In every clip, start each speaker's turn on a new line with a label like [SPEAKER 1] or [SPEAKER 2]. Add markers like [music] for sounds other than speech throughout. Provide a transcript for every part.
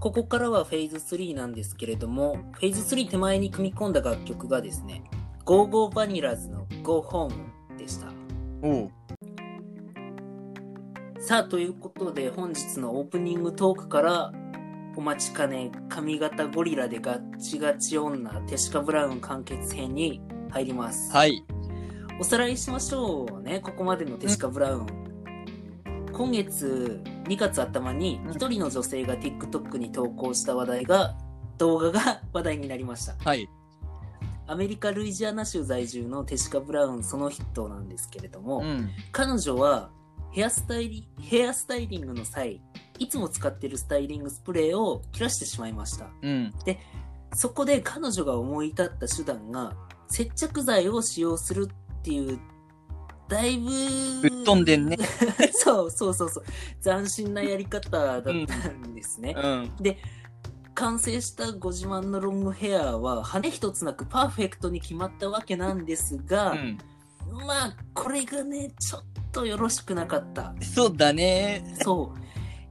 [SPEAKER 1] ここからはフェーズ3なんですけれども、フェーズ3手前に組み込んだ楽曲がですね、Go Go Vanillas の Go Home でした。
[SPEAKER 2] おう
[SPEAKER 1] さあ、ということで本日のオープニングトークから、お待ちかね、髪型ゴリラでガッチガチ女、テシカブラウン完結編に入ります。
[SPEAKER 2] はい。
[SPEAKER 1] おさらいしましょうね、ここまでのテシカブラウン。今月2月頭に
[SPEAKER 2] うん
[SPEAKER 1] 一人の女性が TikTok に投稿した話題が、動画が話題になりました。
[SPEAKER 2] はい。
[SPEAKER 1] アメリカ・ルイジアナ州在住のテシカ・ブラウンその人なんですけれども、
[SPEAKER 2] うん。
[SPEAKER 1] 彼女はヘアスタイリヘアスタイリングの際いつも使ってるスタイリングスプレーを切らしてしまいました
[SPEAKER 2] うん。
[SPEAKER 1] そこで彼女が思い立った手段が接着剤を使用するっていうだいぶ
[SPEAKER 2] ぶっ飛んでんね。
[SPEAKER 1] [laughs] そうそうそうそう斬新なやり方だったんですね、
[SPEAKER 2] うん。
[SPEAKER 1] 完成したご自慢のロングヘアは羽一つなくパーフェクトに決まったわけなんですが、
[SPEAKER 2] うん。
[SPEAKER 1] まあこれがねちょっとよろしくなかった
[SPEAKER 2] そうだね。
[SPEAKER 1] そう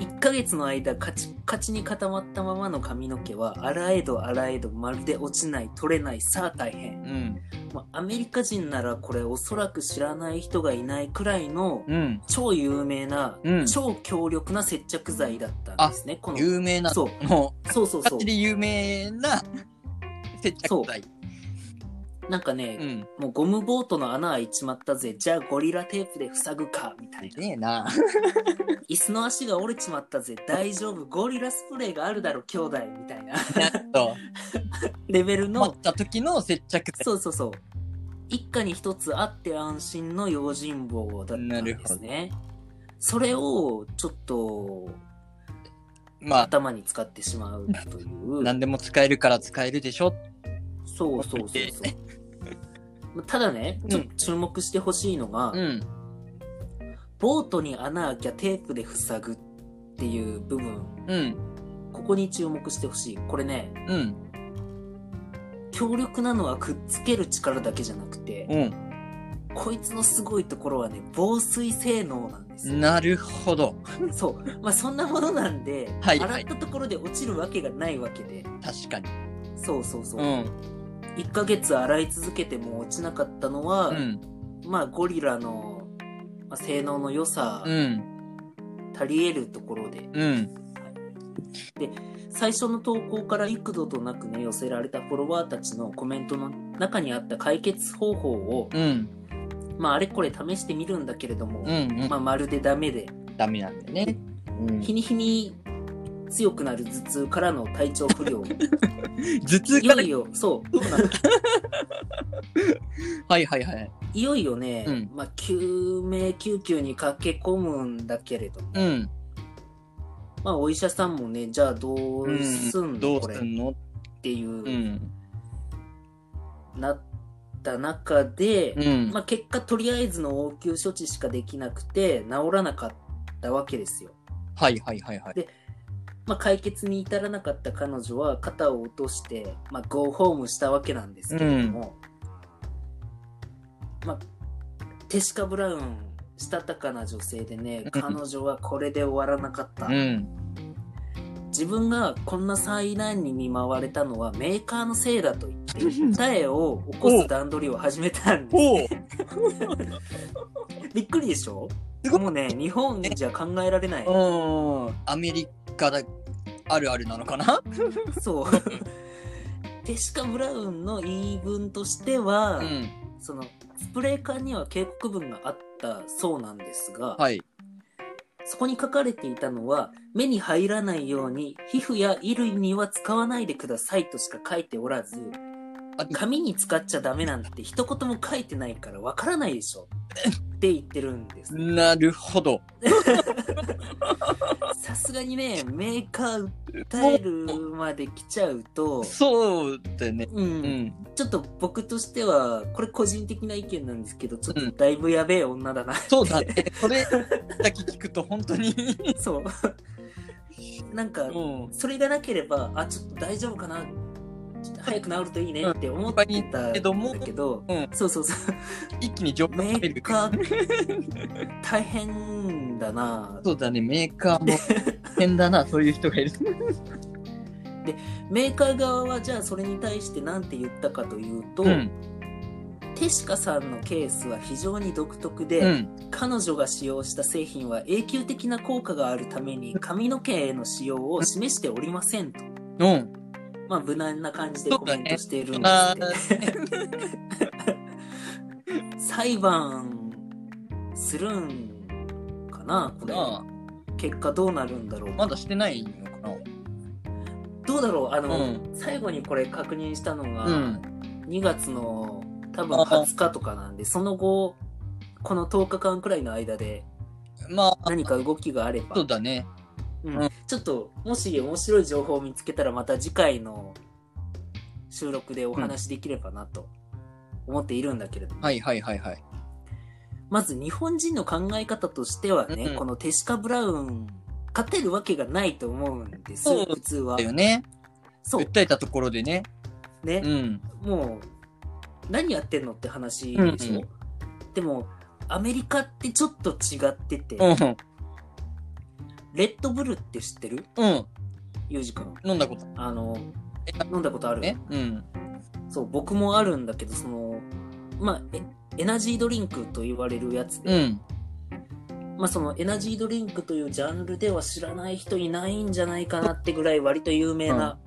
[SPEAKER 1] 1ヶ月の間カチカチに固まったままの髪の毛はあらえどあらえどまるで落ちない取れないさあ大変、
[SPEAKER 2] うん。
[SPEAKER 1] まあ、アメリカ人ならこれおそらく知らない人がいないくらいの
[SPEAKER 2] うん。
[SPEAKER 1] 超有名な、
[SPEAKER 2] うん
[SPEAKER 1] 超強力な接着剤だったんですねこの
[SPEAKER 2] 有名な。
[SPEAKER 1] そう
[SPEAKER 2] も
[SPEAKER 1] そうそうそ
[SPEAKER 2] う、勝
[SPEAKER 1] う
[SPEAKER 2] ちで有名な接着剤。
[SPEAKER 1] なんか
[SPEAKER 2] う
[SPEAKER 1] ね、
[SPEAKER 2] ん。
[SPEAKER 1] もうゴムボートの穴開いちまったぜじゃあゴリラテープで塞ぐかみたいな
[SPEAKER 2] ねえ [laughs] な。
[SPEAKER 1] 椅子の足が折れちまったぜ大丈夫ゴリラスプレーがあるだろ兄弟みたいな [laughs]
[SPEAKER 2] やっと。
[SPEAKER 1] レベル
[SPEAKER 2] 持
[SPEAKER 1] の
[SPEAKER 2] った時の接着剤。
[SPEAKER 1] そうそうそう一家に一つあって安心の用心棒だったんですねそれをちょっと
[SPEAKER 2] ま
[SPEAKER 1] 頭に使ってしまうとい
[SPEAKER 2] あ、
[SPEAKER 1] う
[SPEAKER 2] 何でも使えるから使えるでしょ。
[SPEAKER 1] そうそうそう
[SPEAKER 2] [laughs]
[SPEAKER 1] そうただねちょっと注目してほしいのが、
[SPEAKER 2] うん。
[SPEAKER 1] ボートに穴開きゃテープで塞ぐっていう部分
[SPEAKER 2] うん。
[SPEAKER 1] ここに注目してほしいこれね
[SPEAKER 2] うん。
[SPEAKER 1] 強力なのはくっつける力だけじゃなくて、
[SPEAKER 2] う
[SPEAKER 1] こいつのすごいところはね防水性能なんですよ
[SPEAKER 2] ん。なるほど。
[SPEAKER 1] そうまあそんなものなんで、
[SPEAKER 2] はい
[SPEAKER 1] 洗ったところで落ちるわけがないわけで
[SPEAKER 2] 確かに。
[SPEAKER 1] そうそうそう、
[SPEAKER 2] うん。
[SPEAKER 1] 1ヶ月洗い続けても落ちなかったのは、
[SPEAKER 2] うん。
[SPEAKER 1] まあゴリラの、まあ性能の良さ、
[SPEAKER 2] うん。
[SPEAKER 1] 足り得るところで
[SPEAKER 2] うん。
[SPEAKER 1] 最初の投稿から幾度となくね寄せられたフォロワーたちのコメントの中にあった解決方法を、
[SPEAKER 2] うん。
[SPEAKER 1] まああれこれ試してみるんだけれども、
[SPEAKER 2] うん。うん
[SPEAKER 1] まあ、まるでダメで
[SPEAKER 2] ダメなんだよね。うん
[SPEAKER 1] 日に日に強くなる頭痛からの体調不
[SPEAKER 2] [laughs]
[SPEAKER 1] 良
[SPEAKER 2] 頭痛
[SPEAKER 1] い
[SPEAKER 2] か
[SPEAKER 1] よ
[SPEAKER 2] ら
[SPEAKER 1] いよそう
[SPEAKER 2] はいはいはい。
[SPEAKER 1] いよいよね、
[SPEAKER 2] うん
[SPEAKER 1] まあ、救命救急に駆け込むんだけれども、
[SPEAKER 2] うん。
[SPEAKER 1] まあ、お医者さんもねじゃあどうすんの、
[SPEAKER 2] どう
[SPEAKER 1] これ
[SPEAKER 2] す
[SPEAKER 1] っ
[SPEAKER 2] んの
[SPEAKER 1] ていうう、
[SPEAKER 2] ん。
[SPEAKER 1] なった中で、
[SPEAKER 2] うん。
[SPEAKER 1] まあ、結果とりあえずの応急処置しかできなくて治らなかったわけですよ。
[SPEAKER 2] はいはいはいはい。
[SPEAKER 1] まあ、解決に至らなかった彼女は肩を落として、まあ、ゴーホームしたわけなんですけれども、まあ、テシカ・ブラウンしたたかな女性でね
[SPEAKER 2] うん
[SPEAKER 1] 彼女はこれで終わらなかった、
[SPEAKER 2] うん。
[SPEAKER 1] 自分がこんな災難に見舞われたのはメーカーのせいだと言って訴えを起こす段取りを始めたんです
[SPEAKER 2] おお
[SPEAKER 1] びっくりでしょ
[SPEAKER 2] すごい
[SPEAKER 1] もうね日本じゃ考えられない
[SPEAKER 2] うん。アメリカだあるあるなのかな [laughs]
[SPEAKER 1] そうテシカ・ブラウンの言い分としては、
[SPEAKER 2] うん。
[SPEAKER 1] そのスプレー缶には警告文があったそうなんですが、
[SPEAKER 2] はい。
[SPEAKER 1] そこに書かれていたのは目に入らないように皮膚や衣類には使わないでくださいとしか書いておらず
[SPEAKER 2] あ
[SPEAKER 1] 紙に使っちゃダメなんて一言も書いてないからわからないでしょって言ってるんです
[SPEAKER 2] なるほど。
[SPEAKER 1] さすがにねメーカー訴えるまで来ちゃうと
[SPEAKER 2] そうだよね。
[SPEAKER 1] う、
[SPEAKER 2] うんん。
[SPEAKER 1] ちょっと僕としてはこれ個人的な意見なんですけどちょっとだいぶやべえ女だな [laughs]
[SPEAKER 2] そうだね。それだけ聞くと本当に。
[SPEAKER 1] そう。なんか、
[SPEAKER 2] うん。
[SPEAKER 1] それがなければ、あ、ちょっと大丈夫かな、ちょっと早く治るといいねって思ってたんだけど、
[SPEAKER 2] うん
[SPEAKER 1] そうそうそう、
[SPEAKER 2] 一気に情報が
[SPEAKER 1] メ
[SPEAKER 2] 入
[SPEAKER 1] ー
[SPEAKER 2] る。
[SPEAKER 1] カー、大変だなぁ [laughs]
[SPEAKER 2] そうだね。メーカーも変だな。そういう人がいる。
[SPEAKER 1] でメーカー側はじゃあそれに対して何て言ったかというと、
[SPEAKER 2] うん。
[SPEAKER 1] テシカさんのケースは非常に独特で、
[SPEAKER 2] うん。
[SPEAKER 1] 彼女が使用した製品は永久的な効果があるために髪の毛への使用を示しておりませんと、
[SPEAKER 2] うん。
[SPEAKER 1] まあ、無難な感じで
[SPEAKER 2] そう
[SPEAKER 1] コメ
[SPEAKER 2] だ
[SPEAKER 1] ン
[SPEAKER 2] ね
[SPEAKER 1] トしているんで
[SPEAKER 2] あ
[SPEAKER 1] すけど、裁判するんかなこれ
[SPEAKER 2] あ
[SPEAKER 1] 結果どうなるんだろう、
[SPEAKER 2] まだしてないのかな
[SPEAKER 1] どうだろうあの、
[SPEAKER 2] うん
[SPEAKER 1] 最後にこれ確認したのが、
[SPEAKER 2] うん。
[SPEAKER 1] 2月の多分20日とかなんでその後この10日間くらいの間で
[SPEAKER 2] まあ、
[SPEAKER 1] 何か動きがあれば
[SPEAKER 2] そうだね。
[SPEAKER 1] うん
[SPEAKER 2] うん
[SPEAKER 1] ちょっともし面白い情報を見つけたらまた次回の収録でお話しできればなと思っているんだけれど、
[SPEAKER 2] はいはいはいはい。
[SPEAKER 1] まず日本人の考え方としてはね、
[SPEAKER 2] うん
[SPEAKER 1] このテシカ・ブラウン勝てるわけがないと思うんです
[SPEAKER 2] そう
[SPEAKER 1] 普通は
[SPEAKER 2] だ。よね。
[SPEAKER 1] そう
[SPEAKER 2] 訴えたところでね。
[SPEAKER 1] ね
[SPEAKER 2] う、ん。
[SPEAKER 1] もう何やってんのって話でしょ、
[SPEAKER 2] うんう
[SPEAKER 1] でもアメリカってちょっと違ってて、
[SPEAKER 2] うん。
[SPEAKER 1] レッドブルって知ってる
[SPEAKER 2] うん。
[SPEAKER 1] ユージ君
[SPEAKER 2] 飲んだこと
[SPEAKER 1] あの
[SPEAKER 2] え
[SPEAKER 1] 飲んだことある
[SPEAKER 2] ね。うん。
[SPEAKER 1] そう僕もあるんだけどそのまあえエナジードリンクと言われるやつ
[SPEAKER 2] う
[SPEAKER 1] で、
[SPEAKER 2] ん。
[SPEAKER 1] まあそのエナジードリンクというジャンルでは知らない人いないんじゃないかなってぐらい割と有名な、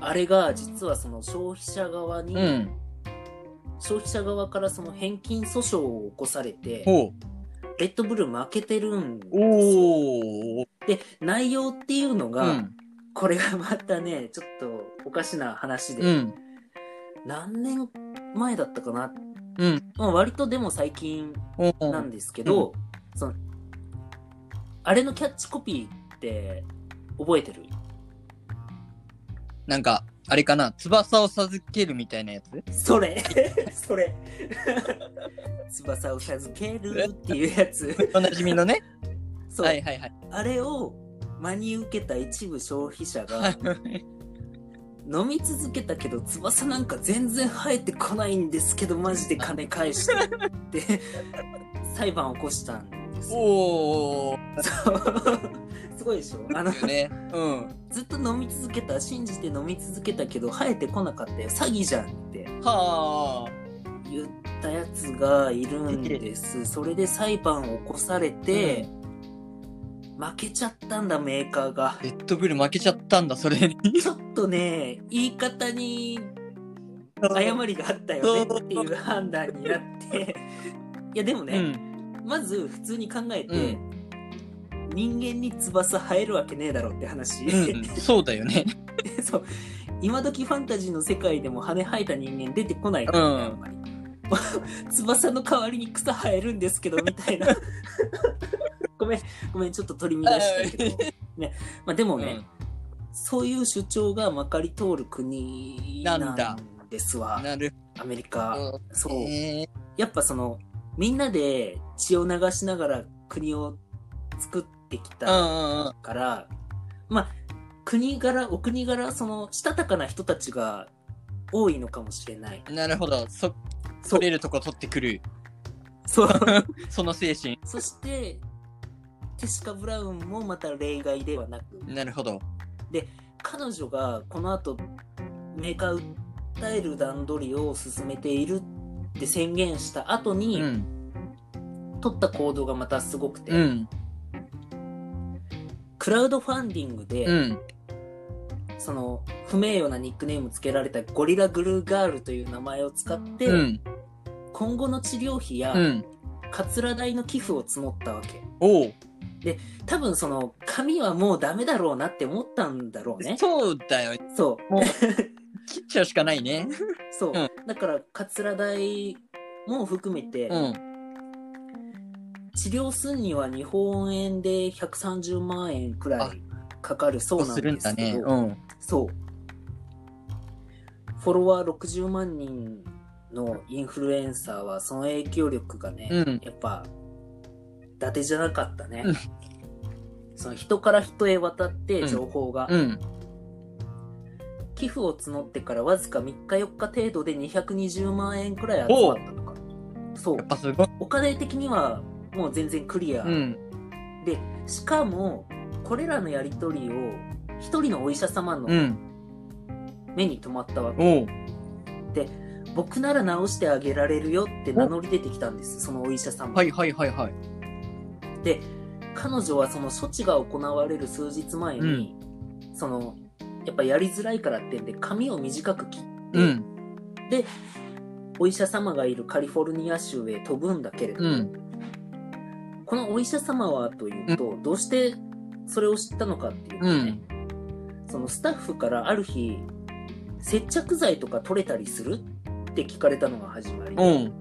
[SPEAKER 1] あれが実はその消費者側に、
[SPEAKER 2] うん。
[SPEAKER 1] 消費者側からその返金訴訟を起こされて
[SPEAKER 2] ほ
[SPEAKER 1] レッドブル負けてるんで
[SPEAKER 2] う。おー。
[SPEAKER 1] すで内容っていうの
[SPEAKER 2] う
[SPEAKER 1] が、
[SPEAKER 2] ん。
[SPEAKER 1] これがまたねちょっとおかしな話で、
[SPEAKER 2] うん。
[SPEAKER 1] 何年前だったかな
[SPEAKER 2] うん。
[SPEAKER 1] まあ、割とでも最近
[SPEAKER 2] うん。う
[SPEAKER 1] なんですけど、そのあれのキャッチコピーって覚えてる
[SPEAKER 2] なんか、あれかな。翼を授けるみたいなやつ
[SPEAKER 1] それ [laughs] それ翼を授けるっていうや [laughs] つ
[SPEAKER 2] おなじみのね。
[SPEAKER 1] そう、
[SPEAKER 2] はいはいはい。
[SPEAKER 1] あれを真に受けた一部消費者
[SPEAKER 2] は
[SPEAKER 1] が
[SPEAKER 2] い
[SPEAKER 1] 飲み続けたけど翼なんか全然生えてこないんですけどマジで金返して [laughs] って裁判起こしたんです [laughs] よ
[SPEAKER 2] おー。
[SPEAKER 1] そうすごいでしょあの
[SPEAKER 2] だよね。うん。
[SPEAKER 1] ずっと飲み続けた信じて飲み続けたけど生えてこなかったよ詐欺じゃんって
[SPEAKER 2] はあ。
[SPEAKER 1] 言ったやつがいるんですそれで裁判を起こされて、負けちゃったんだメーカーが
[SPEAKER 2] レッドブル負けちゃったんだ、それに。
[SPEAKER 1] ちょっとね言い方に誤りがあったよねっていう判断になっていやでも
[SPEAKER 2] う
[SPEAKER 1] ね、
[SPEAKER 2] ん。
[SPEAKER 1] まず普通に考えて、
[SPEAKER 2] うん
[SPEAKER 1] 人間に翼生えるわけねえだろって話、
[SPEAKER 2] うん。そうだよね。
[SPEAKER 1] [laughs] そう今時ファンタジーの世界でも羽生えた人間出てこないから、
[SPEAKER 2] うん
[SPEAKER 1] あんまり [laughs] 翼の代わりに草生えるんですけどみ
[SPEAKER 2] [laughs]
[SPEAKER 1] たいなごめんごめんちょっと取り乱したけど、ねまあ、でもね、そういう主張がまかり通る国な
[SPEAKER 2] なんだ
[SPEAKER 1] んです
[SPEAKER 2] うん
[SPEAKER 1] わ
[SPEAKER 2] なる
[SPEAKER 1] アメリ
[SPEAKER 2] ほ
[SPEAKER 1] カ
[SPEAKER 2] ど。
[SPEAKER 1] そう
[SPEAKER 2] えー
[SPEAKER 1] やっぱそのみんなで血を流しながら国を作ってきた、
[SPEAKER 2] うんうんうん。
[SPEAKER 1] から、まあ、国柄、お国柄、その、したたかな人たちが多いのかもしれない。
[SPEAKER 2] なるほど。そ、
[SPEAKER 1] そう
[SPEAKER 2] 取れるとこ取ってくる。
[SPEAKER 1] そう。
[SPEAKER 2] その精神。
[SPEAKER 1] [laughs] そして、テシカ・ブラウンもまた例外ではなく、
[SPEAKER 2] なるほど。
[SPEAKER 1] 彼女がこの後、メーカー訴える段取りを進めているって宣言した後
[SPEAKER 2] う
[SPEAKER 1] に、
[SPEAKER 2] ん。
[SPEAKER 1] 取った行動がまたすごくて、
[SPEAKER 2] うん。
[SPEAKER 1] クラウドファンディングで、
[SPEAKER 2] うん。
[SPEAKER 1] その、不名誉なニックネームつけられたゴリラグルーガールという名前を使って、
[SPEAKER 2] うん。
[SPEAKER 1] 今後の治療費や、
[SPEAKER 2] うん。
[SPEAKER 1] かつら代の寄付を募ったわけ
[SPEAKER 2] おう。
[SPEAKER 1] 多分その髪はもうダメだろうなって思ったんだろうね
[SPEAKER 2] そうだよ。
[SPEAKER 1] そう
[SPEAKER 2] もう、切っちゃうしかないね。
[SPEAKER 1] そう、
[SPEAKER 2] うん
[SPEAKER 1] だからかつら代も含めて、
[SPEAKER 2] うん。
[SPEAKER 1] 治療すんには日本円で130万円くらいかかるそう
[SPEAKER 2] そう
[SPEAKER 1] なん
[SPEAKER 2] するん
[SPEAKER 1] で
[SPEAKER 2] だ
[SPEAKER 1] すけ
[SPEAKER 2] ね。
[SPEAKER 1] ど、
[SPEAKER 2] うん。
[SPEAKER 1] そうフォロワー60万人のインフルエンサーはその影響力がね、
[SPEAKER 2] うん。
[SPEAKER 1] やっぱ伊達じゃなかったね、
[SPEAKER 2] うん
[SPEAKER 1] その人から人へ渡って情報が、
[SPEAKER 2] うん。
[SPEAKER 1] 寄付を募ってからわずか3日4日程度で220万円くらい集まったのかそう
[SPEAKER 2] やっぱすごい。
[SPEAKER 1] お金的にはもう全然クリア、
[SPEAKER 2] うん。
[SPEAKER 1] でしかもこれらのやり取りを一人のお医者様の
[SPEAKER 2] うん。
[SPEAKER 1] 目に留まったわけ、
[SPEAKER 2] おう。
[SPEAKER 1] 僕なら治してあげられるよって名乗り出てきたんですそのお医者様、
[SPEAKER 2] はいはいはいはい。
[SPEAKER 1] で彼女はその処置が行われる数日前に、そのやっぱやりづらいからってんで髪を短く切って、
[SPEAKER 2] うん。
[SPEAKER 1] お医者様がいるカリフォルニア州へ飛ぶんだけれど、
[SPEAKER 2] うん。
[SPEAKER 1] このお医者様はというと、どうしてそれを知ったのかっていうと
[SPEAKER 2] う
[SPEAKER 1] ね
[SPEAKER 2] ん、。
[SPEAKER 1] そのスタッフからある日接着剤とか取れたりするって聞かれたのが始まり
[SPEAKER 2] おう。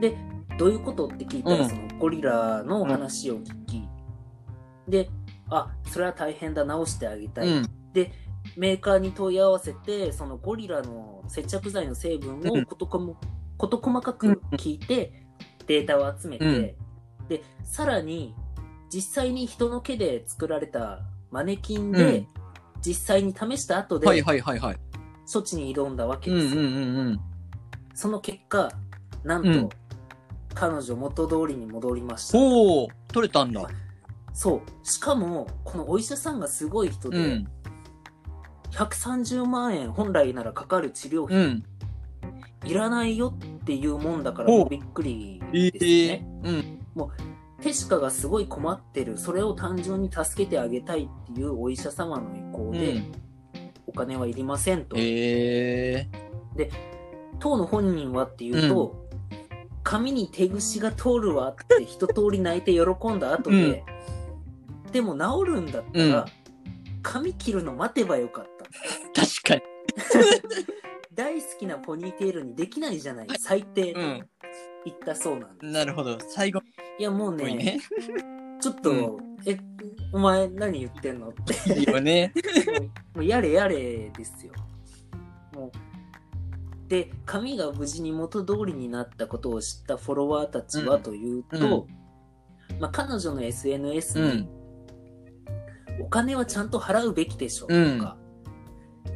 [SPEAKER 1] でどういうことって聞いたら、
[SPEAKER 2] うん
[SPEAKER 1] そのゴリラの話を聞き、であそれは大変だ直してあげたい、
[SPEAKER 2] うん。
[SPEAKER 1] メーカーに問い合わせてそのゴリラの接着剤の成分
[SPEAKER 2] うん
[SPEAKER 1] をことこも事細かく聞いてデータを集めて、
[SPEAKER 2] うん
[SPEAKER 1] でさらに実際に人の毛で作られたマネキンで、
[SPEAKER 2] うん
[SPEAKER 1] 実際に試した後
[SPEAKER 2] はい
[SPEAKER 1] で
[SPEAKER 2] はいはいはい。
[SPEAKER 1] 処置に挑んだわけ
[SPEAKER 2] うん
[SPEAKER 1] で
[SPEAKER 2] う
[SPEAKER 1] すよ、
[SPEAKER 2] んうん
[SPEAKER 1] その結果なんと、
[SPEAKER 2] うん
[SPEAKER 1] 彼女元通りに戻りました
[SPEAKER 2] うん。おお。取れたんだ。
[SPEAKER 1] そうしかもこのお医者さんがすごい人で、
[SPEAKER 2] うん。
[SPEAKER 1] 130万円本来ならかかる治療費
[SPEAKER 2] うん。
[SPEAKER 1] いらないよっていうもんだから
[SPEAKER 2] ほう
[SPEAKER 1] もうびっくり
[SPEAKER 2] え
[SPEAKER 1] です
[SPEAKER 2] え
[SPEAKER 1] ね。
[SPEAKER 2] うん。
[SPEAKER 1] テシカがすごい困ってるそれを単純に助けてあげたいっていうお医者様の意向
[SPEAKER 2] う
[SPEAKER 1] で、
[SPEAKER 2] ん。
[SPEAKER 1] お金はいりませんと、
[SPEAKER 2] ええ。
[SPEAKER 1] 当の本人はっていうと、髪に手ぐしが通るわって一通り泣いて喜んだ後で、でも治るんだったら、
[SPEAKER 2] うん
[SPEAKER 1] 髪切るの待てばよかった
[SPEAKER 2] 確かに。
[SPEAKER 1] 大好きなポニーテールにできないじゃない最低と
[SPEAKER 2] うん
[SPEAKER 1] 言ったそうなんです、
[SPEAKER 2] なるほど。最後っ
[SPEAKER 1] いやもう
[SPEAKER 2] ぽい
[SPEAKER 1] ね
[SPEAKER 2] ね。
[SPEAKER 1] ちょっと、
[SPEAKER 2] う
[SPEAKER 1] え、お前何言ってんのって、 [laughs]
[SPEAKER 2] いいよ [laughs] ね。
[SPEAKER 1] もうもうやれやれですよ。もうで、髪が無事に元通りになったことを知ったフォロワーたちは
[SPEAKER 2] うん
[SPEAKER 1] というと、まあ、彼女の SNS
[SPEAKER 2] う
[SPEAKER 1] に、
[SPEAKER 2] ん。
[SPEAKER 1] お金はちゃんと払うべきでしょと
[SPEAKER 2] うん
[SPEAKER 1] か、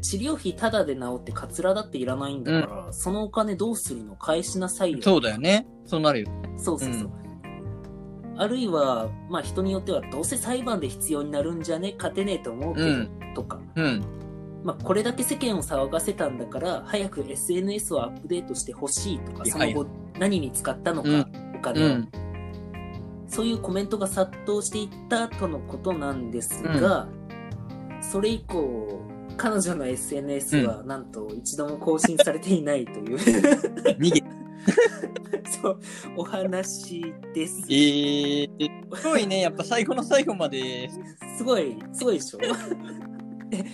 [SPEAKER 1] 治療費タダで治ってカツラだっていらないんだから、そのお金どうするの返しなさいよ
[SPEAKER 2] そうだよね。そうなるよ。
[SPEAKER 1] そうそうそう。あるいは、まあ人によっては、どうせ裁判で必要になるんじゃね勝てねえと思うけど、
[SPEAKER 2] うん
[SPEAKER 1] とか、
[SPEAKER 2] [laughs] うん。
[SPEAKER 1] まあこれだけ世間を騒がせたんだから、早く SNS をアップデートしてほしいとか、
[SPEAKER 2] はい
[SPEAKER 1] その後何に使ったのか、
[SPEAKER 2] うん
[SPEAKER 1] お金
[SPEAKER 2] う
[SPEAKER 1] を、
[SPEAKER 2] ん。
[SPEAKER 1] そういうコメントが殺到していったとのことなんですが、それ以降、彼女の SNS はなんと一度も更新されていないという、 [laughs]
[SPEAKER 2] 逃げ。
[SPEAKER 1] そう、お話です。
[SPEAKER 2] ええすごいね。やっぱ最後の最後まで。
[SPEAKER 1] すごい、すごいでしょ [laughs] え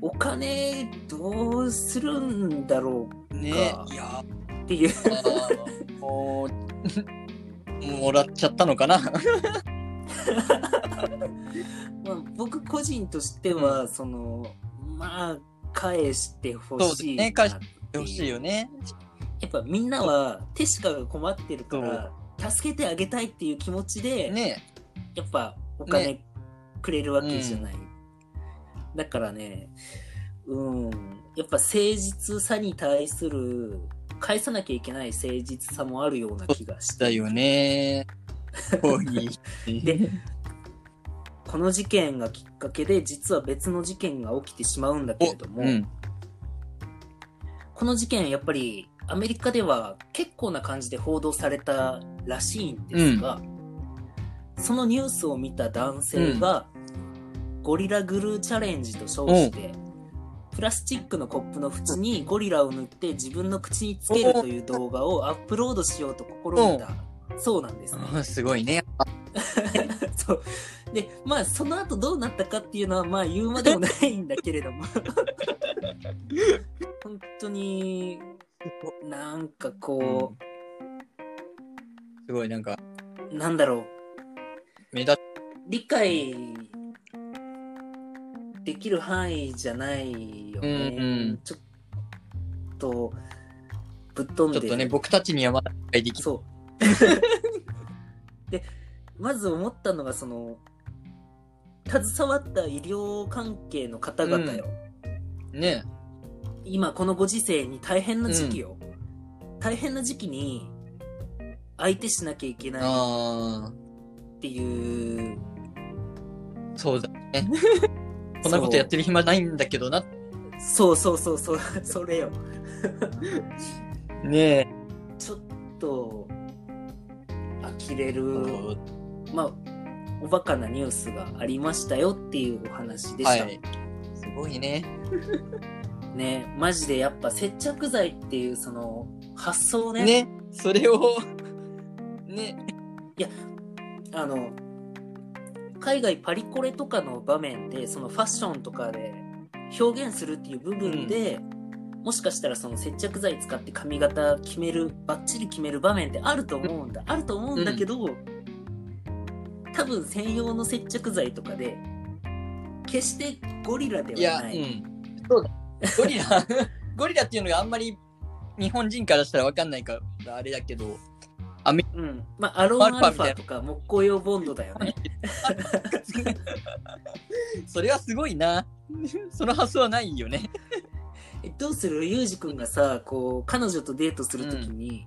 [SPEAKER 1] お金どうするんだろ
[SPEAKER 2] ね。
[SPEAKER 1] か
[SPEAKER 2] いや
[SPEAKER 1] うっていう、
[SPEAKER 2] ー、もう、もらっちゃったのかな。
[SPEAKER 1] まあ、僕個人としては、その、まあ、返してほしいな。
[SPEAKER 2] そうですね返し欲しいよね。
[SPEAKER 1] やっぱみんなは、テシカが困ってるから、助けてあげたいっていう気持ちで、
[SPEAKER 2] ね。
[SPEAKER 1] やっぱお金くれるわけじゃない。だからね、うん、やっぱ誠実さに対する、返さなきゃいけない誠実さもあるような気がし
[SPEAKER 2] だ
[SPEAKER 1] て。
[SPEAKER 2] よね。こうに。
[SPEAKER 1] で、この事件がきっかけで、実は別の事件が起きてしまうんだけれども、
[SPEAKER 2] うん。
[SPEAKER 1] この事件やっぱりアメリカでは結構な感じで報道されたらしいんですが、そのニュースを見た男性が、ゴリラグルーチャレンジと称して、プラスチックのコップの縁にゴリラを塗って自分の口につけるという動画をアップロードしようと試みたそうなんですね。
[SPEAKER 2] うんすごいね。
[SPEAKER 1] [laughs] そう。で、まあ、その後どうなったかっていうのは、まあ、言うまでもないんだけれども。 [laughs] 本当に、なんかこ
[SPEAKER 2] すごいなんか、
[SPEAKER 1] う、なんだろう、
[SPEAKER 2] 目立っ
[SPEAKER 1] 理解できる範囲じゃないよね。
[SPEAKER 2] うんうん
[SPEAKER 1] ちょっと、ぶっ飛ん
[SPEAKER 2] ち
[SPEAKER 1] で
[SPEAKER 2] ょっ
[SPEAKER 1] る
[SPEAKER 2] とね、僕たちにはまだ理解できない。 [laughs]
[SPEAKER 1] そう。で、まず思ったのが、その、携わった医療関係の方々よ。
[SPEAKER 2] ね。
[SPEAKER 1] 今このご時世に大変な時期よ。大変な時期に、相手しなきゃいけないっ
[SPEAKER 2] ああ、
[SPEAKER 1] ていう、
[SPEAKER 2] そうだね。そんなことやってる暇ないんだけどな。
[SPEAKER 1] そうそうそうそう、 [laughs] それよ。
[SPEAKER 2] ね
[SPEAKER 1] ちょっと、呆れ
[SPEAKER 2] え。
[SPEAKER 1] る、まあ、おバカなニュースがありましたよっていうお話でし
[SPEAKER 2] は
[SPEAKER 1] た。
[SPEAKER 2] い。すごいね。
[SPEAKER 1] ね、マジでやっぱ接着剤っていうその発想ね、
[SPEAKER 2] ね。それを、ね。
[SPEAKER 1] あの、海外パリコレとかの場面で、そのファッションとかで表現するっていう部分で、もしかしたらその接着剤使って髪型決める、バッチリ決める場面ってあると思うんだ。あると思うんだけど、多分専用の接着剤とかで、決してゴリラで
[SPEAKER 2] い
[SPEAKER 1] は
[SPEAKER 2] や、
[SPEAKER 1] な
[SPEAKER 2] う
[SPEAKER 1] い。
[SPEAKER 2] ん。そうだ。ゴリラ、 [laughs] ゴリラっていうのがあんまり日本人からしたらわかんないから、あれだけど、
[SPEAKER 1] うん。まあ、アロンアルファとか木工用ボンドだよね。
[SPEAKER 2] それはすごいな。 [laughs] その発想はないよね。
[SPEAKER 1] えどうするユージくんがさこう彼女とデートするときに、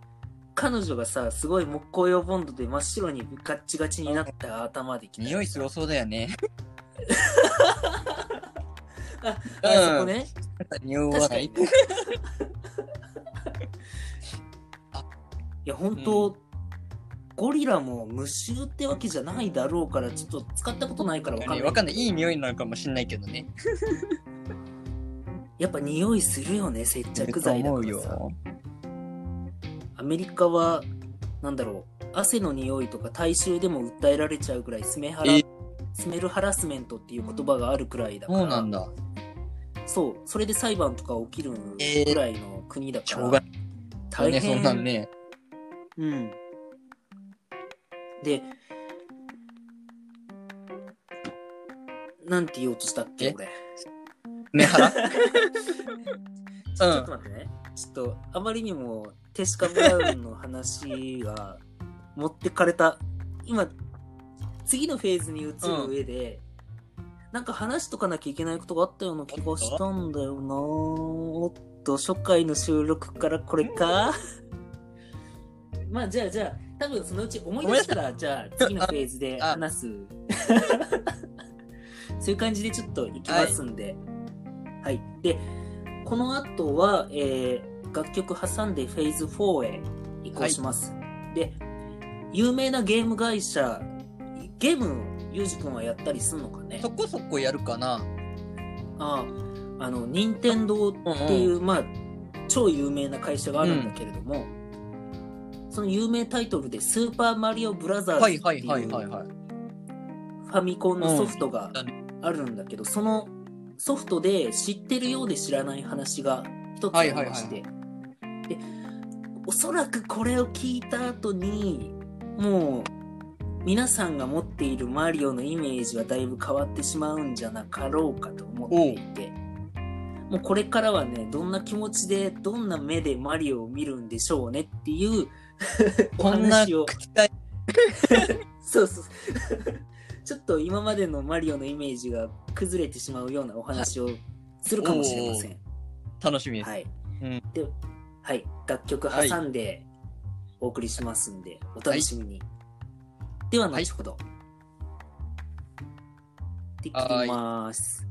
[SPEAKER 1] 彼女がさすごい木工用ボンドで真っ白にガッチガチになった頭できたら
[SPEAKER 2] 匂いすごそうだよね。
[SPEAKER 1] あ、
[SPEAKER 2] [laughs] うん
[SPEAKER 1] あそこね
[SPEAKER 2] 匂
[SPEAKER 1] 確
[SPEAKER 2] わ
[SPEAKER 1] か
[SPEAKER 2] な
[SPEAKER 1] に
[SPEAKER 2] い
[SPEAKER 1] い。や本当、ゴリラも無臭ってわけじゃないだろうからちょっと使ったことないからわかんない
[SPEAKER 2] わかんない。いい匂いなのかもしんないけどね。
[SPEAKER 1] やっぱ匂いするよね接着剤だ
[SPEAKER 2] 思
[SPEAKER 1] か
[SPEAKER 2] う
[SPEAKER 1] らさ
[SPEAKER 2] よ。
[SPEAKER 1] アメリカはなんだろう汗の匂いとか体臭でも訴えられちゃうぐらいスメハラ、
[SPEAKER 2] え
[SPEAKER 1] スメルハラスメントっていう言葉があるくらいだから
[SPEAKER 2] そうなんだ。
[SPEAKER 1] そうそれで裁判とか起きるぐらいの国だか
[SPEAKER 2] し
[SPEAKER 1] ら、
[SPEAKER 2] ょうがない
[SPEAKER 1] 大
[SPEAKER 2] ね、
[SPEAKER 1] 変
[SPEAKER 2] そんなんね。
[SPEAKER 1] うんでなんて言おうとしたっけ
[SPEAKER 2] え
[SPEAKER 1] 俺、
[SPEAKER 2] 目 [laughs] 腹
[SPEAKER 1] ちょっと待ってねちょっとあまりにもテシカ・ブラウンの話 [laughs] が持ってかれた今次のフェーズに移る上で、なんか話しとかなきゃいけないことがあったような気がしたんだよなおっと初回の収録からこれかまあじゃあじゃあ多分そのうち思い出したらじゃあ次のフェーズで話 [laughs] すそういう感じでちょっといきますんではい、でこの後は、えー楽曲挟んでフェーズ4へ移行します、で有名なゲーム会社ゲームゆうじくんはやったりすんのかね
[SPEAKER 2] そこそこやるかな。
[SPEAKER 1] あああの任天堂っていう、まあ超有名な会社があるんだけれども、その有名タイトルで「スーパーマリオブラザーズ」
[SPEAKER 2] はい
[SPEAKER 1] っ
[SPEAKER 2] は
[SPEAKER 1] て
[SPEAKER 2] い
[SPEAKER 1] い
[SPEAKER 2] はいうはい
[SPEAKER 1] フ
[SPEAKER 2] はい。
[SPEAKER 1] ァミコンのソフトが
[SPEAKER 2] うんだね
[SPEAKER 1] あるんだけど、そのソフトで知ってるようで知らない話が一つあ
[SPEAKER 2] はい
[SPEAKER 1] り
[SPEAKER 2] はいはい
[SPEAKER 1] まして、でおそらくこれを聞いた後にもう皆さんが持っているマリオのイメージはだいぶ変わってしまうんじゃなかろうかと思っていてもうこれからはねどんな気持ちでどんな目でマリオを見るんでしょうねっていう
[SPEAKER 2] [laughs]
[SPEAKER 1] お
[SPEAKER 2] こんな
[SPEAKER 1] 話を
[SPEAKER 2] 口だ
[SPEAKER 1] そう [laughs] そう。ちょっと今までのマリオのイメージが崩れてしまうようなお話をするかもしれません。
[SPEAKER 2] 楽しみです。
[SPEAKER 1] はい。
[SPEAKER 2] うん
[SPEAKER 1] で、はい。楽曲挟んでお送りしますんで、お楽しみに。では、後ほど。で、切ります。